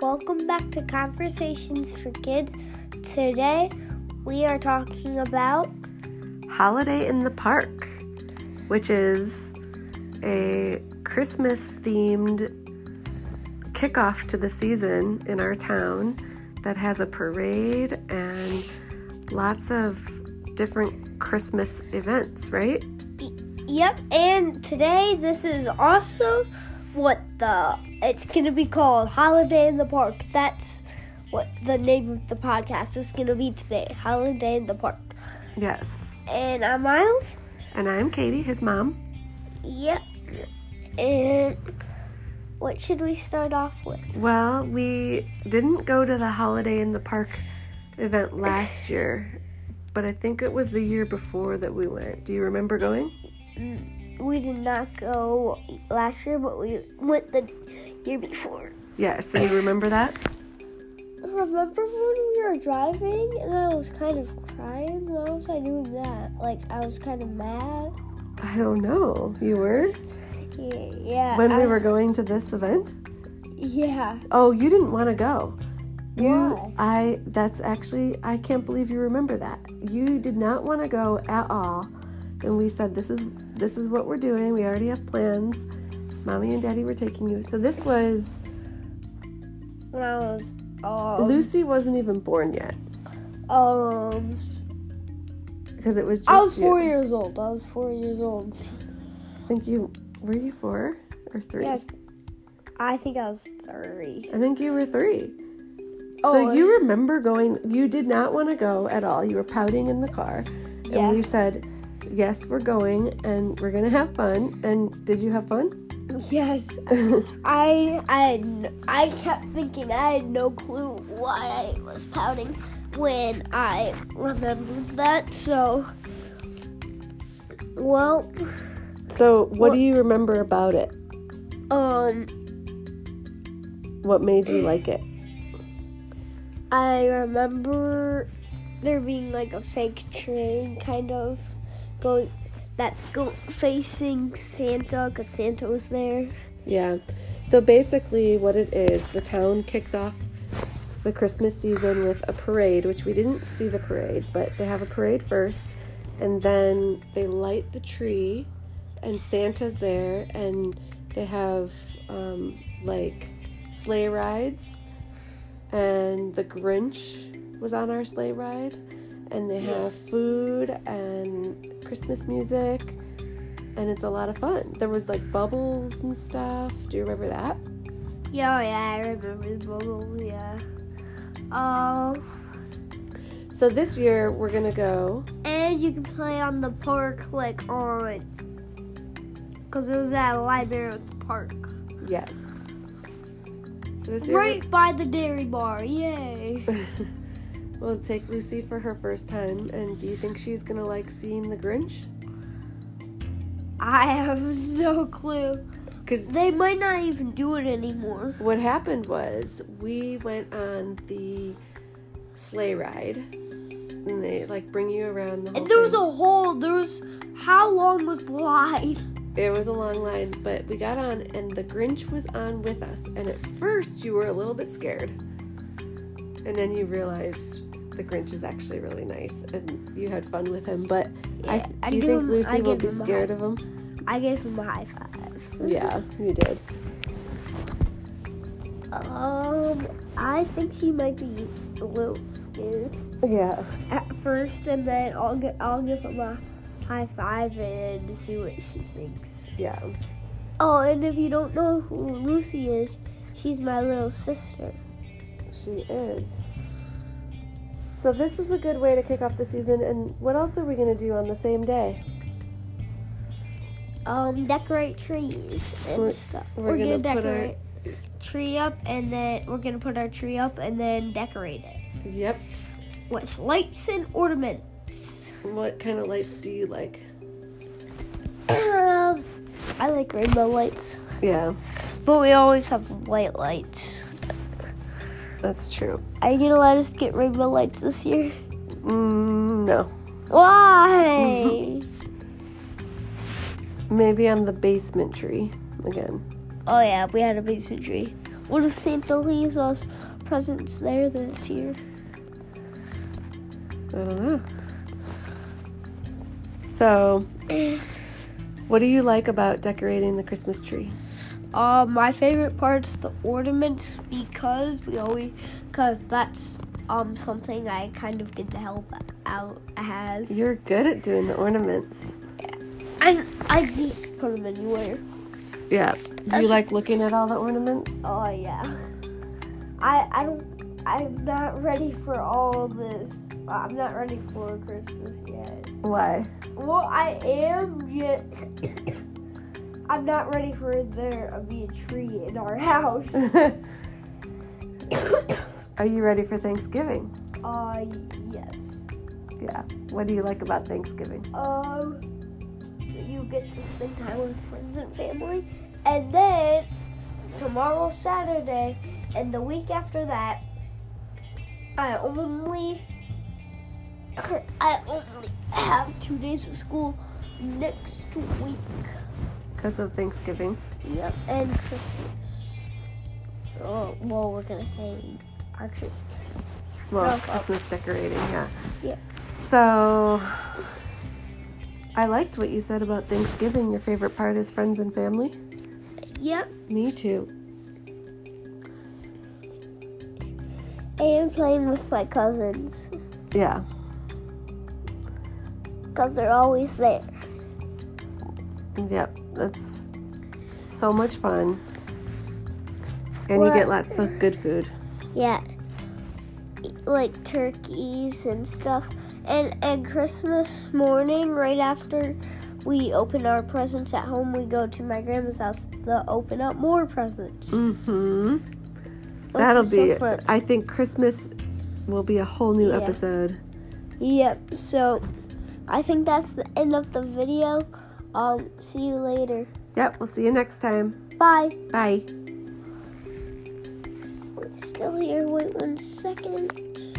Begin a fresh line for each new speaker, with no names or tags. Welcome back to Conversations for Kids. Today we are talking about
Holiday in the Park, which is a Christmas themed kickoff to the season in our town that has a parade and lots of different Christmas events, right?
Yep, and today this is also what the it's going to be called Holiday in the Park. That's what the name of the podcast is going to be today, Holiday in the Park.
Yes.
And I'm Miles.
And I'm Katie, his mom.
Yep. And what should we start off with?
Well, we didn't go to the Holiday in the Park event last year, but I think it was the year before that we went. Do you remember going?
We did not go last year, but we went the year before.
Yes. Do you remember that?
Remember when we were driving and I was kind of crying? Why was I doing that? Like I was kind of mad.
I don't know. You were?
Yeah. yeah
When we
I-
were going to this event?
Yeah.
Oh, you didn't want to go. You,
Why?
I, that's actually, I can't believe you remember that. You did not want to go at all. And we said, this is, this is what we're doing. We already have plans. Mommy and daddy were taking you. So this was,
When I was um
Lucy wasn't even born yet
um
because it was just
I was
you.
four years old. I was four years old.
I think you, were you four or three?
Yeah. I think I was three.
I think you were three.
Oh.
So you remember going, you did not want to go at all. You were pouting in the car.
Yeah.
And we said, yes, we're going and we're going to have fun. And did you have fun?
Yes. I I had n- I kept thinking I had no clue why I was pouting when I remembered that. So, well,
so, what do you remember about it?
um,
What made you like it?
I remember there being like a fake train kind of going that's go facing Santa because Santa was there.
Yeah. So basically, what it is, the town kicks off the Christmas season with a parade, which we didn't see the parade, but they have a parade first, and then they light the tree, and Santa's there, and they have um, like sleigh rides, and the Grinch was on our sleigh ride, and they have food and Christmas music and it's a lot of fun. There was like bubbles and stuff. Do you remember that?
Yeah, oh, yeah, I remember the bubble. Yeah. Um.
So this year we're gonna go.
And you can play on the park, like on. Because it was at a library at the park.
Yes. So this year
Right by the dairy bar, yay!
we'll take Lucy for her first time. And do you think she's gonna like seeing the Grinch?
I have no clue.
Because
They might not even do it anymore.
what happened was we went on the sleigh ride, and they like bring you around the. Whole
And there was
thing.
a hole, there was. How long was the line?
It was a long line, but we got on, and the Grinch was on with us. And at first, you were a little bit scared. And then you realized the Grinch is actually really nice, and you had fun with him. But
Yeah, I
I, do you
give
think
him-
Lucy
I
will
give
be
him a
scared of him?
I gave him a high five.
Yeah, you did.
Um, I think she might be a little scared
Yeah.
at first, and then I'll, get, I'll give him a high five and see what she thinks.
Yeah.
Oh, and if you don't know who Lucy is, she's my little sister.
She is. So, this is a good way to kick off the season. And what else are we going to do on the same day?
Um, decorate trees and
We're-
stuff.
we're gonna put our-
decorate tree up, and then we're gonna put our tree up, and then decorate it
Yep.
with lights and ornaments.
What kind of lights do you like?
um, I like rainbow lights,
Yeah,
but we always have white lights.
that's true.
Are you gonna let us get rainbow lights this year?
Mm, no.
Why?
Maybe on the basement tree again.
Oh yeah, we had a basement tree. What if Santa leaves us presents there this year?
I don't know. So, what do you like about decorating the Christmas tree?
Uh, my favorite part's the ornaments because we always, because that's um something I kind of get to help out as.
You're good at doing the ornaments.
I I just put them anywhere.
Yeah. Do you like looking at all the ornaments?
Oh yeah. I I don't. I'm not ready for all this. I'm not ready for Christmas yet.
Why?
Well, I am yet. I'm not ready for there to be a tree in our house.
Are you ready for Thanksgiving?
uh, yes.
Yeah. What do you like about Thanksgiving?
Um, you get to spend time with friends and family, and then tomorrow Saturday, and the week after that, I only I only have two days of school next week.
Because of Thanksgiving.
Yep, and Christmas. Oh, well, we're gonna hang our Christmas.
Well,
Oh, oh.
Christmas decorating, yeah.
Yeah.
So, I liked what you said about Thanksgiving. Your favorite part is friends and family?
Yep,
Me too.
and playing with my cousins
Yeah.
because they're always there.
Yep. That's so much fun. And
Well-
you get lots of good food.
Yeah, like turkeys and stuff. And and Christmas morning, right after we open our presents at home, we go to my grandma's house to open up more presents. which
Mm-hmm.
is
That'll
so
be.
fun.
I think Christmas will be a whole new
Yeah.
episode.
Yep. So, I think that's the end of the video. Um, see you later.
Yep. We'll see you next time.
Bye.
Bye.
We're still here. Wait one second.